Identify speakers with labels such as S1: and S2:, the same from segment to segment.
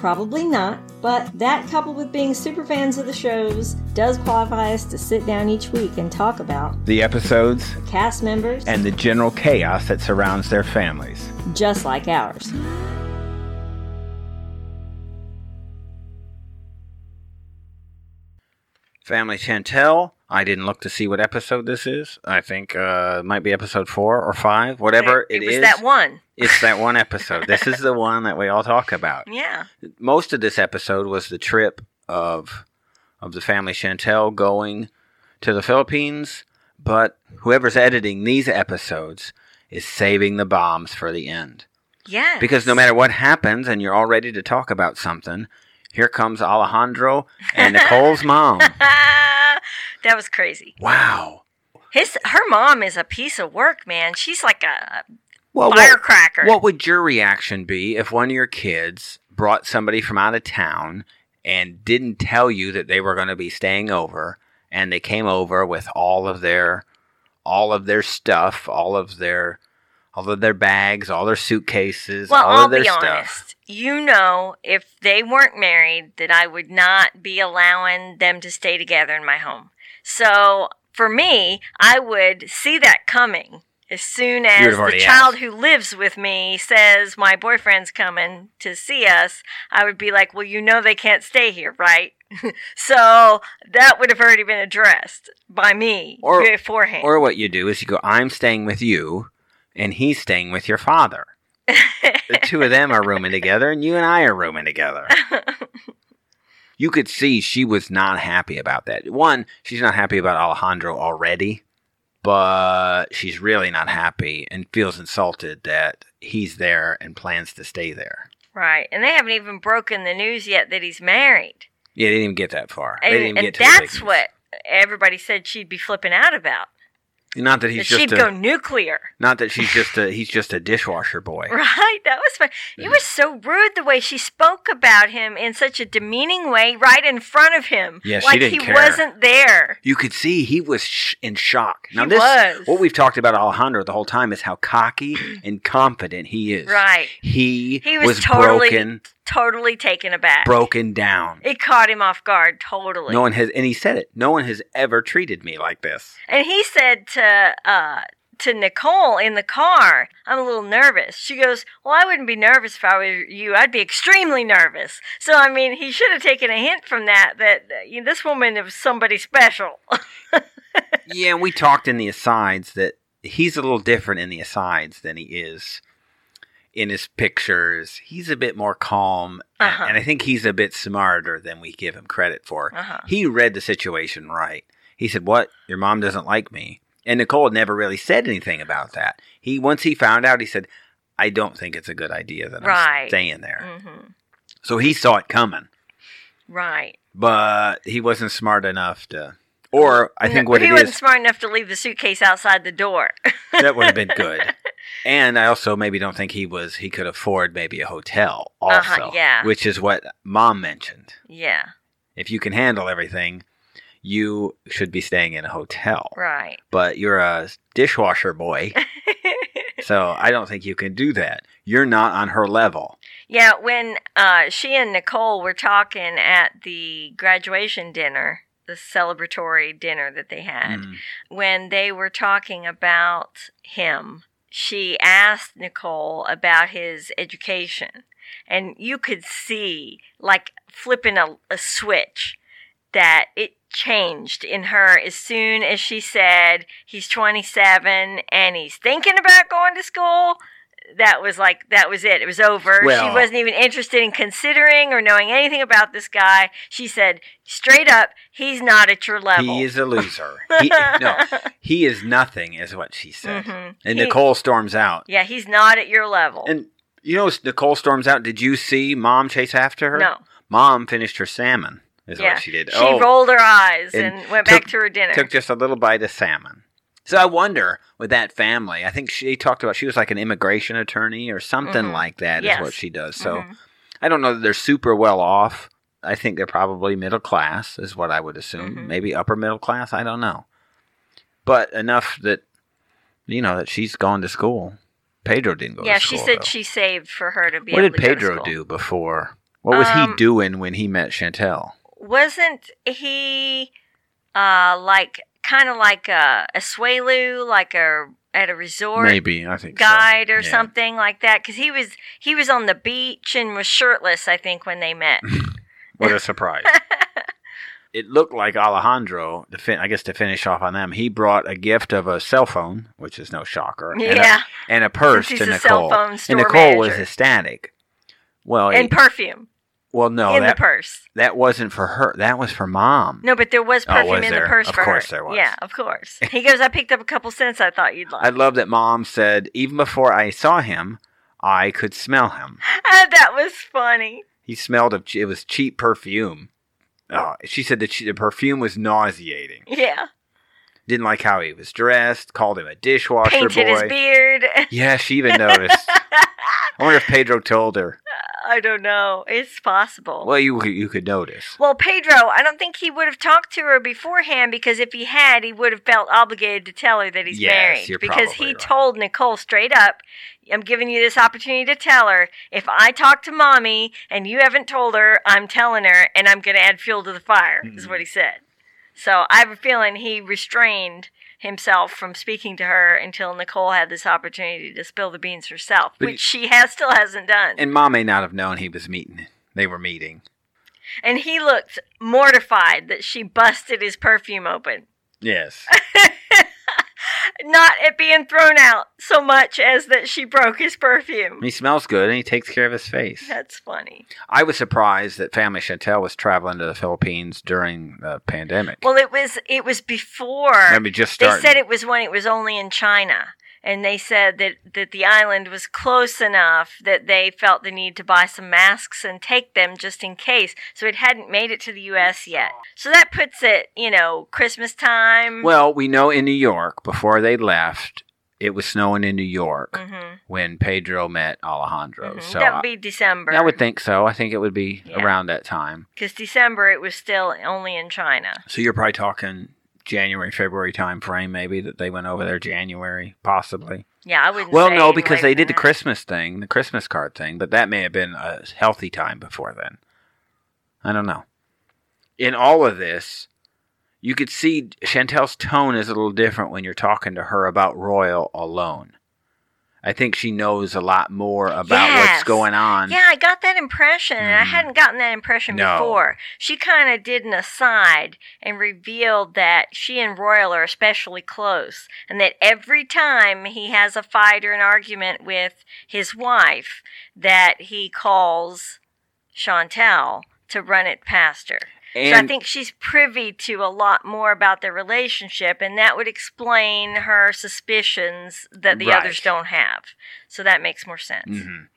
S1: Probably not, but that coupled with being super fans of the shows does qualify us to sit down each week and talk about
S2: The episodes
S1: cast members
S2: and the general chaos that surrounds their families.
S1: just like ours.
S2: Family Chantel. I didn't look to see what episode this is. I think uh, it might be episode four or five, whatever
S3: it,
S2: it
S3: was
S2: is.
S3: that one.
S2: It's that one episode. this is the one that we all talk about.
S3: Yeah.
S2: Most of this episode was the trip of of the family Chantel going to the Philippines, but whoever's editing these episodes is saving the bombs for the end.
S3: Yeah.
S2: Because no matter what happens and you're all ready to talk about something, here comes Alejandro and Nicole's mom.
S3: that was crazy.
S2: Wow.
S3: His her mom is a piece of work, man. She's like a
S2: Well, what-
S3: firecracker.
S2: What would your reaction be if one of your kids brought somebody from out of town and didn't tell you that they were going to be staying over and they came over with all of their all of their stuff, all of their all of their bags, all their suitcases,
S3: well,
S2: all
S3: I'll
S2: of their
S3: be
S2: stuff.
S3: honest. You know, if they weren't married, that I would not be allowing them to stay together in my home. So for me, I would see that coming as soon
S2: would've
S3: as the
S2: already
S3: child who lives with me says my boyfriend's coming to see us. I would be like, well, you know, they can't stay here, right? so that would have already been addressed by me
S2: Or-
S3: beforehand.
S2: Or what you do is you go, I'm staying with you and he's staying with your father. the two of them are rooming together and you and I are rooming together. you could see she was not happy about that. One, she's not happy about Alejandro already, but she's really not happy and feels insulted that he's there and plans to stay there.
S3: right. And they haven't even broken the news yet that he's married.
S2: Yeah, they didn't even get that far.
S3: and,
S2: they didn't even
S3: and
S2: get to the
S3: that's
S2: big news.
S3: what everybody said she'd be flipping out about.
S2: Not that he's
S3: that she'd
S2: just a,
S3: go nuclear,
S2: not that she's just a he's just a dishwasher boy.
S3: right? That was fun. It was so rude the way she spoke about him in such a demeaning way, right in front of him.
S2: Yeah, she
S3: like
S2: didn't
S3: he
S2: care.
S3: wasn't there.
S2: You could see he was sh- in shock. Now
S3: He
S2: this
S3: was.
S2: what we've talked about Alejandro the whole time is how cocky and confident he is.
S3: Right.
S2: He,
S3: He was, totally,
S2: broken
S3: totally taken aback.
S2: broken down.
S3: It caught him off guard totally.
S2: No one has and he said it. No one has ever treated me like this.
S3: And he said to uh, to Nicole in the car, "I'm a little nervous." She goes, "Well, I wouldn't be nervous if I were you. I'd be extremely nervous." So I mean, he should have taken a hint from that that uh, you know, this woman is somebody special.
S2: yeah, and we talked in the asides that he's a little different in the asides than he is in his pictures. He's a bit more calm, and-
S3: Uh-huh.
S2: and I think he's a bit smarter than we give him credit for.
S3: Uh-huh.
S2: He read the situation right. He said, "What? Your mom doesn't like me." And Nicole had never really said anything about that. He once he found out, he said, "I don't think it's a good idea that I'm
S3: Right.
S2: staying there."
S3: hmm
S2: So he saw it coming,
S3: Right.
S2: but he wasn't smart enough to. Or I think
S3: No,
S2: what
S3: he
S2: it
S3: wasn't
S2: is-
S3: smart enough to leave the suitcase outside the door.
S2: that would have been good. And I also maybe don't think he was he could afford maybe a hotel also,
S3: Uh-huh, yeah.
S2: which is what mom mentioned.
S3: yeah.
S2: If you can handle everything, you should be staying in a hotel.
S3: Right.
S2: But you're a dishwasher boy, so I don't think you can do that. You're not on her level.
S3: Yeah, when uh, she and Nicole were talking at the graduation dinner, the celebratory dinner that they had,
S2: Mm.
S3: when they were talking about him, she asked Nicole about his education. And you could see, like flipping a, a switch, that it changed in her as soon as she said he's 27 and he's thinking about going to school. That was like, that was it. It was over.
S2: Well-
S3: she wasn't even interested in considering or knowing anything about this guy. She said straight up, he's not at your level.
S2: He is a loser. he, no, he is nothing, is what she said.
S3: Mhm.
S2: And
S3: He-
S2: Nicole storms out.
S3: Yeah, he's not at your level.
S2: And you know, Nicole storms out. Did you see mom chase after her?
S3: no,
S2: Mom finished her salmon, is
S3: yeah,
S2: what she did.
S3: She rolled her eyes
S2: Oh. and
S3: and, went
S2: took-
S3: back to her dinner.
S2: took just a little bite of salmon. So I wonder with that family. I think she talked about she was like an immigration attorney or something
S3: Mhm.
S2: like that. Is
S3: Yes.
S2: what she does. So
S3: Mhm.
S2: I don't know that they're super well off. I think they're probably middle class, is what I would assume.
S3: Mhm.
S2: Maybe upper middle class. I don't know. But enough that, you know, that she's gone to school. Pedro didn't go
S3: yeah,
S2: to school.
S3: she said
S2: though.
S3: she saved for her to be
S2: What
S3: able
S2: did
S3: to go to
S2: Pedro
S3: school.
S2: do before? What was he
S3: Um,
S2: doing when he met Chantel?
S3: Wasn't he uh like kind of like a, a Swaloo, like a at a resort
S2: Maybe, I think. so.
S3: guide or
S2: Yeah.
S3: something like that? Because he was he was on the beach and was shirtless, I think, when they met.
S2: What a surprise. it looked like Alejandro, to fin- I guess to finish off on them, he brought a gift of a cell phone, which is no shocker. and a-
S3: yeah,
S2: and a purse
S3: Since
S2: to
S3: he's
S2: Nicole.
S3: a cell phone store
S2: and Nicole
S3: manager.
S2: was ecstatic. Well,
S3: and
S2: it-
S3: perfume
S2: well, no,
S3: in
S2: that
S3: the purse.
S2: that wasn't for her. That was for mom.
S3: No, but there was
S2: Oh,
S3: perfume
S2: was
S3: in
S2: there?
S3: the purse
S2: Of
S3: for
S2: course
S3: her.
S2: there was.
S3: Yeah, of course. He goes, I picked up a couple cents I thought you'd
S2: I
S3: like.
S2: love that mom said even before I saw him, I could smell him.
S3: Ah, that was funny.
S2: He smelled of it was cheap perfume. Oh, she said that she, the perfume was nauseating.
S3: Yeah.
S2: Didn't like how he was dressed. Called him a dishwasher
S3: Painted
S2: boy.
S3: his beard.
S2: Yeah, she even noticed. I wonder if Pedro told her.
S3: I don't know. It's possible.
S2: Well, you you could notice.
S3: Well, Pedro, I don't think he would have talked to her beforehand because if he had, he would have felt obligated to tell her that he's
S2: Yes,
S3: married.
S2: you're
S3: because
S2: probably
S3: he
S2: right.
S3: told Nicole straight up, I'm giving you this opportunity to tell her. If I talk to mommy and you haven't told her, I'm telling her and I'm going to add fuel to the fire, is
S2: Mhm.
S3: what he said. So I have a feeling he restrained himself from speaking to her until Nicole had this opportunity to spill the beans herself,
S2: But
S3: which she has still hasn't done.
S2: And mom may not have known he was meeting. They were meeting.
S3: And he looked mortified that she busted his perfume open.
S2: Yes.
S3: Not at being thrown out so much as that she broke his perfume.
S2: He smells good and he takes care of his face.
S3: That's funny.
S2: I was surprised that Family Chantel was traveling to the Philippines during the pandemic.
S3: Well, it was it was before
S2: Maybe just
S3: they
S2: starting.
S3: said it was when it was only in China, and they said that that the island was close enough that they felt the need to buy some masks and take them just in case. So it hadn't made it to the U.S. yet. So that puts it, you know, Christmas time.
S2: well, we know in New York, before they left, it was snowing in New York
S3: hmm
S2: when Pedro met Alejandro.
S3: Mhm.
S2: uh, So
S3: that would
S2: I,
S3: be December.
S2: I would think so. I think it would be
S3: Yeah.
S2: around that time.
S3: because December it was still only in China.
S2: So you're probably talking January, February time frame, maybe that they went over there January, possibly.
S3: Yeah, I wouldn't.
S2: Well,
S3: say
S2: no,
S3: any
S2: because
S3: later
S2: they
S3: than
S2: did the
S3: that.
S2: Christmas thing, the Christmas card thing, but that may have been a healthy time before then. I don't know. In all of this, you could see Chantel's tone is a little different when you're talking to her about Royal alone. I think she knows a lot more about
S3: Yes.
S2: what's going on.
S3: Yeah, I got that impression, and I
S2: Mm.
S3: hadn't gotten that impression
S2: No.
S3: before. She kind of did an aside and revealed that she and Royal are especially close, and that every time he has a fight or an argument with his wife, that he calls Chantel to run it past her. so I
S2: And
S3: think she's privy to a lot more about their relationship, and that would explain her suspicions that the
S2: Right.
S3: others don't have. So that makes more sense.
S2: Mhm.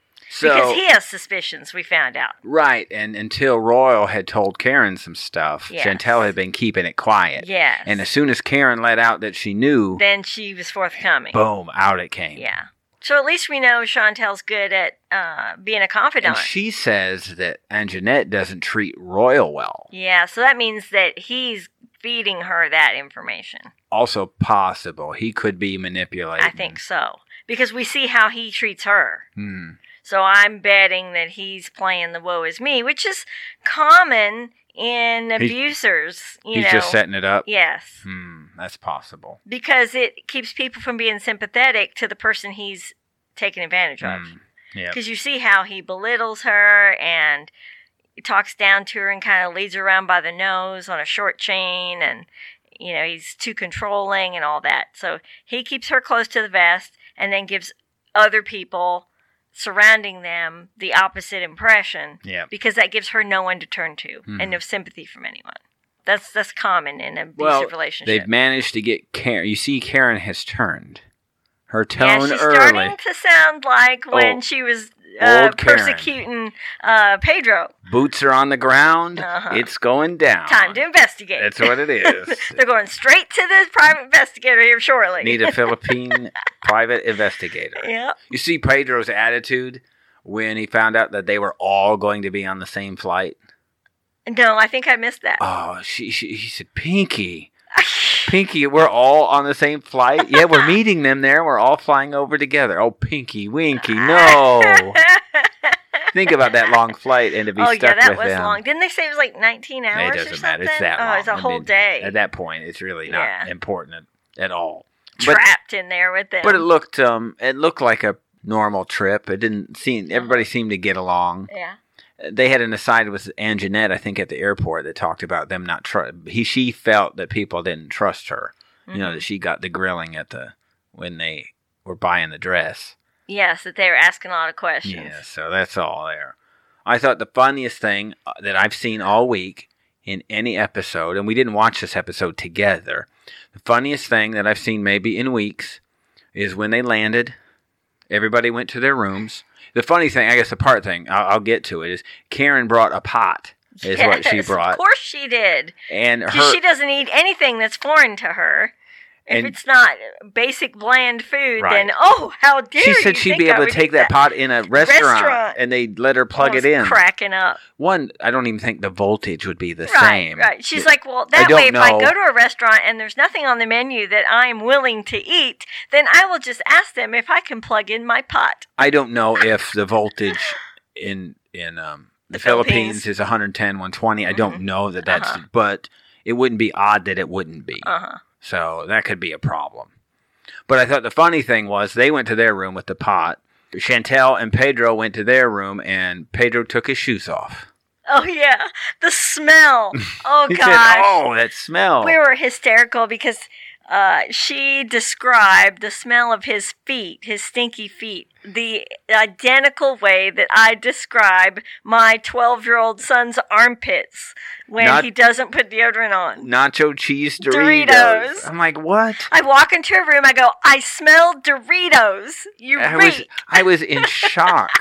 S3: because
S2: so
S3: he has suspicions, we found out.
S2: right, and until Royal had told Karen some stuff,
S3: Yes.
S2: Chantel had been keeping it quiet.
S3: Yes.
S2: And as soon as Karen let out that she knew,
S3: then she was forthcoming.
S2: boom, out it came.
S3: Yeah. So at least we know Chantel's good at uh, being a confidant.
S2: And she says that Anjanette doesn't treat Royal well.
S3: yeah. So that means that he's feeding her that information.
S2: Also possible he could be manipulated.
S3: I think so. Because we see how he treats her.
S2: Hmm.
S3: So I'm betting that he's playing the woe is me, which is common in abusers. you
S2: He's
S3: know,
S2: just setting it up.
S3: yes,
S2: Hmm, that's possible.
S3: because it keeps people from being sympathetic to the person he's taking advantage of.
S2: Hmm. Yeah.
S3: Because you see how he belittles her and talks down to her and kind of leads her around by the nose on a short chain, and you know he's too controlling and all that. So he keeps her close to the vest, and then gives other people surrounding them the opposite impression
S2: Yeah.
S3: because that gives her no one to turn to
S2: Mhm.
S3: and no sympathy from anyone. That's that's common in abusive
S2: Well,
S3: relationship.
S2: They've managed to get Karen. You see, Karen has turned her
S3: yeah,
S2: tone
S3: she's
S2: early.
S3: starting to sound like when
S2: Oh.
S3: she was uh,
S2: Old Karen.
S3: persecuting uh, Pedro.
S2: Boots are on the ground.
S3: Uh-huh.
S2: It's going down.
S3: Time to investigate.
S2: That's what it is.
S3: They're going straight to the private investigator here shortly.
S2: Need a Philippine private investigator.
S3: Yep.
S2: You see Pedro's attitude when he found out that they were all going to be on the same flight.
S3: No, I think I missed that.
S2: Oh, she, she he said, Pinky, Pinky, we're all on the same flight. Yeah, we're meeting them there. We're all flying over together. Oh, Pinky, Winky, no. Think about that long flight and to be
S3: oh
S2: stuck
S3: yeah, that
S2: with
S3: was
S2: them.
S3: long. Didn't they say it was like 19 hours
S2: it
S3: or
S2: doesn't matter.
S3: something?
S2: It's that
S3: oh,
S2: long.
S3: it's a
S2: I
S3: whole
S2: mean,
S3: day.
S2: At that point, it's really not
S3: Yeah.
S2: important at, at all. But
S3: trapped in there with them.
S2: but it looked um it looked like a normal trip. It didn't seem everybody
S3: Mm-hmm.
S2: seemed to get along.
S3: yeah.
S2: They had an aside with Anjanette, I think, at the airport that talked about them not trust. He she felt that people didn't trust her. You know
S3: Mhm.
S2: that she got the grilling at the when they were buying the dress.
S3: Mm-hmm. Yes, that they were asking a lot of questions.
S2: Yeah, so that's all there. I thought the funniest thing uh, that I've seen all week in any episode, and we didn't watch this episode together, the funniest thing that I've seen maybe in weeks is when they landed, everybody went to their rooms. The funny thing, I guess the part thing, I'll, I'll get to it, is Karen brought a pot, is what she
S3: Yes,
S2: brought.
S3: Of course she did.
S2: and
S3: 'Cause
S2: her
S3: she doesn't eat anything that's foreign to her. If
S2: And-
S3: it's not basic bland food,
S2: Right.
S3: then oh, how dare
S2: she
S3: you
S2: said she'd
S3: think
S2: be
S3: I
S2: able to
S3: would
S2: take
S3: eat
S2: that pot in a restaurant,
S3: Restaurant.
S2: and they would let her plug
S3: I
S2: it
S3: was
S2: in.
S3: Cracking up.
S2: One, I don't even think the voltage would be the
S3: right,
S2: same.
S3: Right. She's
S2: Yeah.
S3: like, well, that
S2: don't
S3: way, if I
S2: know.
S3: go to a restaurant and there's nothing on the menu that I'm willing to eat, then I will just ask them if I can plug in my pot.
S2: I don't know if the voltage in in um, the,
S3: The
S2: Philippines,
S3: Philippines.
S2: is 110, 120. I
S3: Mhm.
S2: don't know that that's,
S3: Uh-huh.
S2: but it wouldn't be odd that it wouldn't be.
S3: Uh huh.
S2: So that could be a problem. But I thought the funny thing was they went to their room with the pot. Chantel and Pedro went to their room, and Pedro took his shoes off.
S3: Oh yeah, the smell. Oh
S2: he
S3: gosh,
S2: said, "Oh, that smell."
S3: we were hysterical because uh, she described the smell of his feet, his stinky feet, the identical way that I describe my twelve-year-old son's armpits when
S2: Not-
S3: he doesn't put deodorant on.
S2: Nacho cheese Doritos.
S3: Doritos.
S2: I'm like, what?
S3: I walk into a room. I go, I smell Doritos. You
S2: I was
S3: reek.
S2: I was in shock.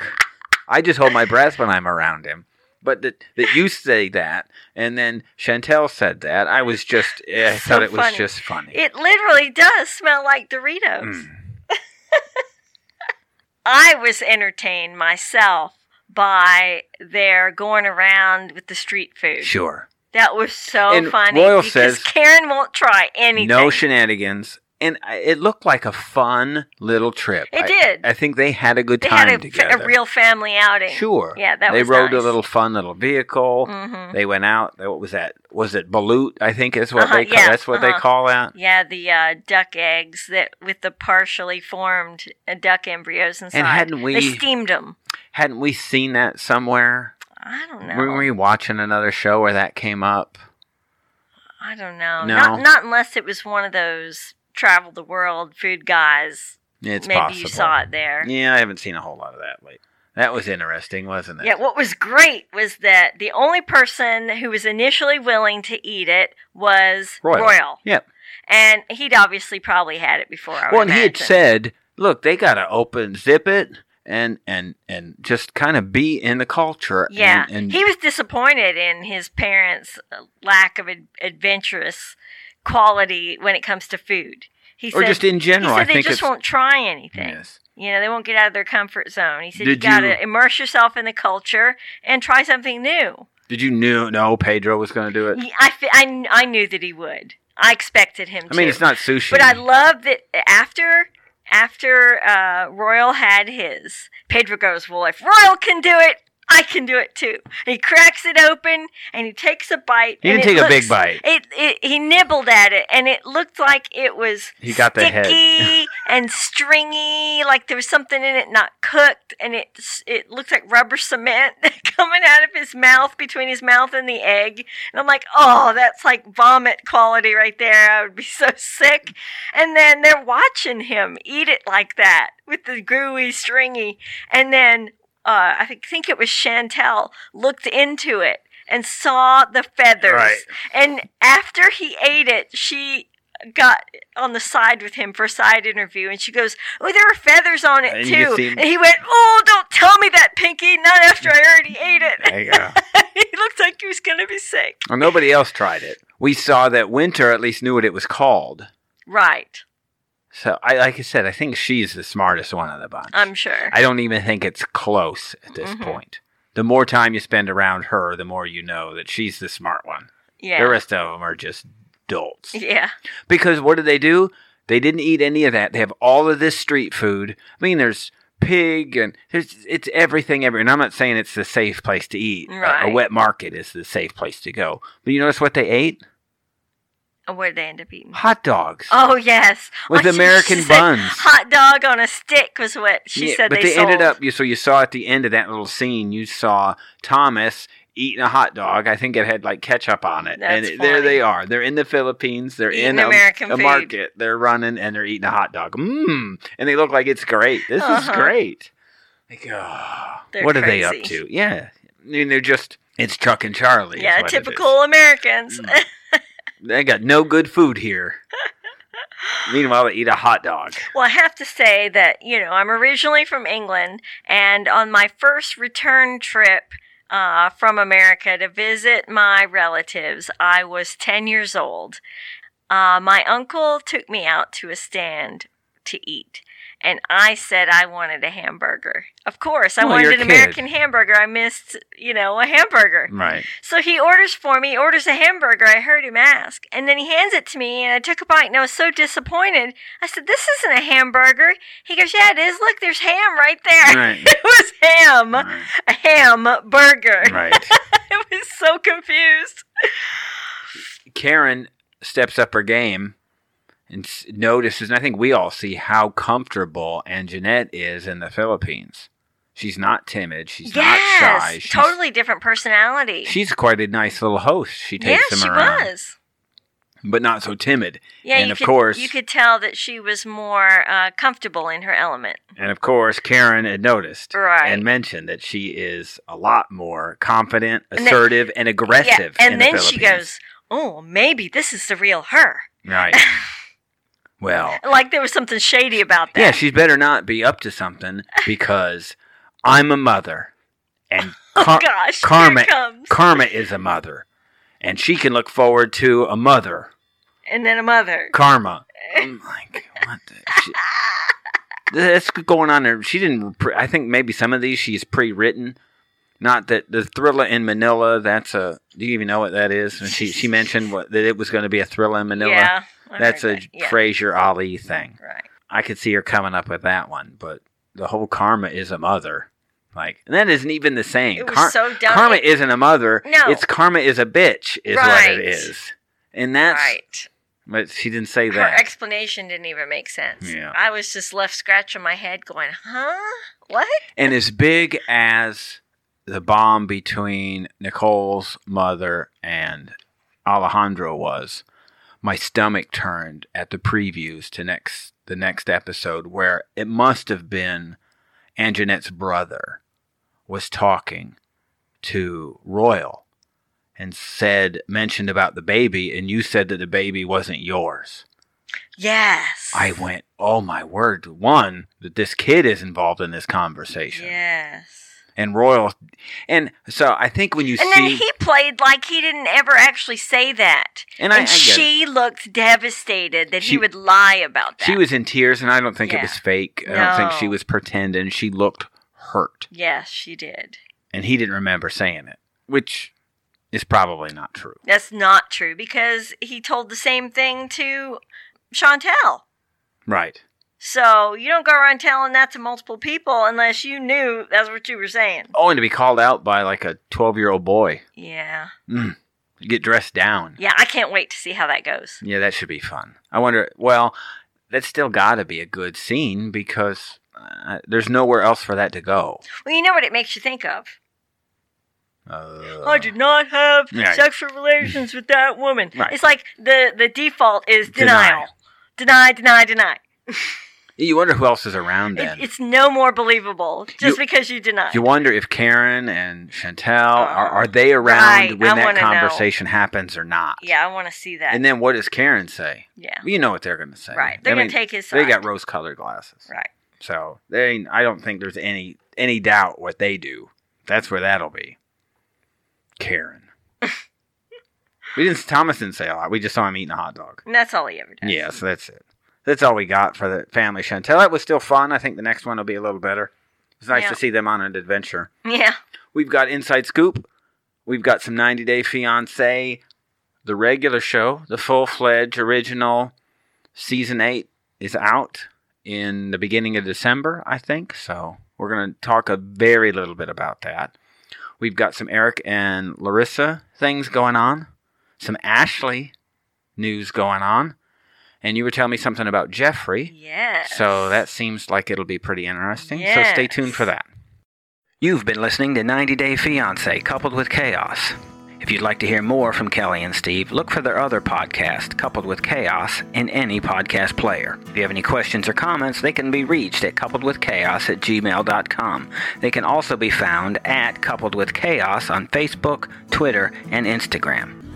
S2: I just hold my breath when I'm around him. But that that you say that, and then Chantel said that, I was just eh, I
S3: So
S2: thought it was
S3: funny.
S2: just funny.
S3: It literally does smell like Doritos.
S2: Mm.
S3: I was entertained myself by their going around with the street food.
S2: Sure,
S3: That was so
S2: And
S3: funny
S2: Royal
S3: because
S2: says-
S3: Karen won't try anything.
S2: no shenanigans, and I- it looked like a fun little trip.
S3: It
S2: I-
S3: did.
S2: I think they had a good
S3: they
S2: time
S3: had a, fa-
S2: together.
S3: a real family outing.
S2: sure.
S3: Yeah, that
S2: they
S3: was
S2: rode a
S3: nice.
S2: little fun little vehicle.
S3: hmm
S2: They went out. they- What was that? Was it Balut? I think is what
S3: Uh-huh,
S2: they call,
S3: yeah,
S2: that's what they
S3: uh-huh.
S2: call that.
S3: Yeah, the uh, duck eggs that with the partially formed uh, duck embryos inside.
S2: hadn't we-
S3: They steamed them.
S2: Hadn't we seen that somewhere?
S3: I don't know.
S2: Were we watching another show where that came up?
S3: I don't know.
S2: No.
S3: Not not unless it was one of those travel the world food guys.
S2: It's
S3: Maybe
S2: possible.
S3: you saw it there.
S2: Yeah, I haven't seen a whole lot of that lately. That was interesting, wasn't it?
S3: Yeah, what was great was that the only person who was initially willing to eat it was
S2: Royal.
S3: Royal.
S2: Yep.
S3: And he'd obviously probably had it before. I would
S2: Well, and he had
S3: imagine.
S2: said, "Look, they got to open, zip it, and and and just kind of be in the culture." and-
S3: Yeah,
S2: and,
S3: he was disappointed in his parents' lack of ad- adventurous quality when it comes to food. He
S2: or
S3: said,
S2: just in
S3: he
S2: general, I
S3: said they
S2: think
S3: just
S2: it's
S3: won't try anything.
S2: yes.
S3: You know, they won't get out of their comfort zone. He said
S2: Did
S3: you got
S2: you-
S3: to immerse yourself in the culture and try something new.
S2: Did you knew know Pedro was going to do it?
S3: Y- I, fe- I, kn- I knew that he would. I expected him
S2: I
S3: to.
S2: mean, it's not sushi.
S3: But I love that after after uh, Royal had his, Pedro goes, "Well, if Royal can do it, I can do it too." And he cracks it open and he takes a bite.
S2: He
S3: and
S2: didn't
S3: it
S2: take a big
S3: looks-
S2: bite.
S3: It, it he nibbled at it and it looked like it was
S2: He got the head.
S3: sticky and stringy, like there was something in it not cooked, and it s- it looked like rubber cement coming out of his mouth between his mouth and the egg. And I'm like, oh, that's like vomit quality right there. I would be so sick. And then they're watching him eat it like that with the gooey stringy, and then uh, I think, think it was Chantel looked into it and saw the feathers.
S2: Right.
S3: And after he ate it, she got on the side with him for a side interview, and she goes, "Oh, there were feathers on it
S2: And you
S3: too."
S2: see-
S3: And he went, "Oh, don't tell me that, Pinky, not after I already ate it.
S2: There you go.
S3: he looked like he was going to be sick.
S2: Well, nobody else tried it. We saw that Winter at least knew what it was called.
S3: Right,
S2: So, I like I said, I think she's the smartest one of the bunch.
S3: I'm sure.
S2: I don't even think it's close at this
S3: Mhm.
S2: point. The more time you spend around her, the more you know that she's the smart one.
S3: yeah.
S2: The rest of them are just dolts.
S3: yeah.
S2: Because what did they do? They didn't eat any of that. They have all of this street food. I mean, there's pig and there's it's everything everywhere. And I'm not saying it's the safe place to eat. A- A,
S3: Right.
S2: wet market is the safe place to go. But you notice what they ate?
S3: Oh, Where'd they end up eating?
S2: Hot dogs
S3: Oh, yes.
S2: with
S3: Oh, she-
S2: American
S3: she said
S2: buns.
S3: Hot dog on a stick was what she
S2: Yeah,
S3: said
S2: but
S3: they,
S2: they, ended
S3: sold.
S2: up. You so you saw at the end of that little scene, you saw Thomas eating a hot dog. I think it had like ketchup on it, and
S3: That's
S2: it- there
S3: funny.
S2: they are. They're in the Philippines. They're
S3: Eating
S2: in a,
S3: American
S2: a
S3: food.
S2: market. They're running and they're eating a hot dog. Mmm, and they look like it's great. This is
S3: Uh-huh.
S2: great. Like, oh,
S3: They're
S2: what are they up
S3: crazy.
S2: to? Yeah, I mean, they're just it's Chuck and Charlie. is
S3: Yeah,
S2: what it is.
S3: typical Americans.
S2: Mm. They got no good food here. Meanwhile, they eat a hot dog.
S3: Well, I have to say that, you know, I'm originally from England, and on my first return trip uh, from America to visit my relatives, I was 10 years old. Uh, my uncle took me out to a stand to eat, and I said I wanted a hamburger. Of course, I
S2: Well,
S3: wanted
S2: you're
S3: an
S2: a kid.
S3: American hamburger. I missed, you know, a hamburger.
S2: Right.
S3: So he orders for me, orders a hamburger. I heard him ask. And then he hands it to me, and I took a bite, and I was so disappointed. I said, This isn't a hamburger. He goes, Yeah, it is. Look, there's ham right there.
S2: Right.
S3: It was ham,
S2: right.
S3: a ham burger.
S2: right.
S3: I was so confused.
S2: Karen steps up her game and s- notices, and I think we all see how comfortable Anjanette is in the Philippines. She's not timid. She's not shy.
S3: yes,
S2: She's,
S3: totally different personality.
S2: She's quite a nice little host. She
S3: yeah,
S2: takes them
S3: she
S2: around,
S3: was.
S2: but not so timid.
S3: Yeah,
S2: And
S3: you
S2: of
S3: could,
S2: course-
S3: you could tell that she was more uh, comfortable in her element.
S2: And of course, Karen had noticed
S3: Right.
S2: and mentioned that she is a lot more confident,
S3: And then-
S2: assertive, and aggressive.
S3: yeah, and
S2: in the
S3: then she
S2: Philippines.
S3: goes, "Oh, maybe this is the real her."
S2: right. well,
S3: Like there was something shady about that.
S2: Yeah, she's better not be up to something because I'm a mother and
S3: oh
S2: Car-
S3: gosh,
S2: karma-
S3: here it comes.
S2: Karma is a mother. And she can look forward to a mother,
S3: and then a mother.
S2: Karma. I'm like, Oh what the? She, that's going on there. She didn't. Pre- I think maybe some of these she's pre written. Not that the thriller in Manila, that's a. Do you even know what that is? And she, she mentioned what, that it was going to be a thriller in Manila.
S3: yeah, I
S2: that's a
S3: heard that. Yeah,
S2: Fraser Ali thing.
S3: right.
S2: I could see her coming up with that one, but the whole karma is a mother. Like, and that isn't even the same.
S3: It was
S2: Kar-
S3: so dumb.
S2: karma
S3: It-
S2: isn't a mother.
S3: No.
S2: It's karma is a bitch, is what
S3: Right.
S2: it is. And that's,
S3: right.
S2: but she didn't say
S3: Her
S2: that.
S3: explanation didn't even make sense.
S2: Yeah.
S3: I was just left scratching my head, going, "Huh? What?"
S2: and as big as the bomb between Nicole's mother and Alejandro was, my stomach turned at the previews to next the next episode where it must have been Anjanette's brother was talking to Royal and said mentioned about the baby and you said that the baby wasn't yours.
S3: Yes.
S2: I went, "Oh my word, one that this kid is involved in this conversation."
S3: Yes.
S2: and royal and so i think when you
S3: And then
S2: see
S3: he played like he didn't ever actually say that.
S2: and
S3: And,
S2: i, I get it.
S3: she looked devastated that
S2: She-
S3: he would lie about that.
S2: she was in tears and i don't think it
S3: Yeah.
S2: was fake i don't think
S3: No.
S2: she was pretending she looked hurt
S3: Yes, she did.
S2: and he didn't remember saying it which is probably not true
S3: That's not true because he told the same thing to Chantel.
S2: right
S3: So you don't go around telling that to multiple people unless you knew that's what you were saying.
S2: oh and to be called out by like a 12 year old boy
S3: Yeah.
S2: mm. you get dressed down
S3: Yeah, I can't wait to see how that goes.
S2: yeah that should be fun i wonder well that's still gotta be a good scene because uh, there's nowhere else for that to go
S3: Well, you know what it makes you think of?
S2: uh,
S3: I did not have
S2: Yeah.
S3: sexual relations with that woman.
S2: Right.
S3: It's like the, the default is
S2: Denial.
S3: denial. Deny, deny, deny.
S2: you wonder who else is around
S3: It-
S2: then
S3: it's no more believable just
S2: You-
S3: because you deny.
S2: You wonder if Karen and Chantel are, are they around
S3: Right,
S2: when
S3: Oh, I
S2: that
S3: wanna know.
S2: conversation happens or not.
S3: yeah, I want to see that.
S2: And then what does Karen say?
S3: yeah.
S2: You know what they're going to say.
S3: Right. They're
S2: I
S3: going
S2: mean,
S3: to take his side.
S2: They got rose-colored glasses.
S3: Right.
S2: So they, I don't think there's any any doubt what they do. That's where that'll be. Karen. we didn't. Thomas didn't say a lot. We just saw him eating a hot dog.
S3: And that's all he ever does.
S2: Yeah, so that's it. That's all we got for the family Chantel. That was still fun. I think the next one will be a little better. It's nice
S3: Yeah.
S2: to see them on an adventure.
S3: Yeah.
S2: We've got Inside Scoop. We've got some 90 Day Fiance. The regular show, the full fledged original season eight, is out in the beginning of December, I think. So we're going to talk a very little bit about that. We've got some Eric and Larissa things going on, some Ashley news going on. And you were telling me something about Jeffrey.
S3: Yes.
S2: So that seems like it'll be pretty interesting. So stay tuned for
S3: Yes.
S2: that. You've been listening to 90 Day Fiancé Coupled with Chaos. If you'd like to hear more from Kelly and Steve, look for their other podcast, Coupled with Chaos, in any podcast player. If you have any questions or comments, they can be reached at coupledwithchaos at gmail.com. They can also be found at Coupled with Chaos on Facebook, Twitter, and Instagram.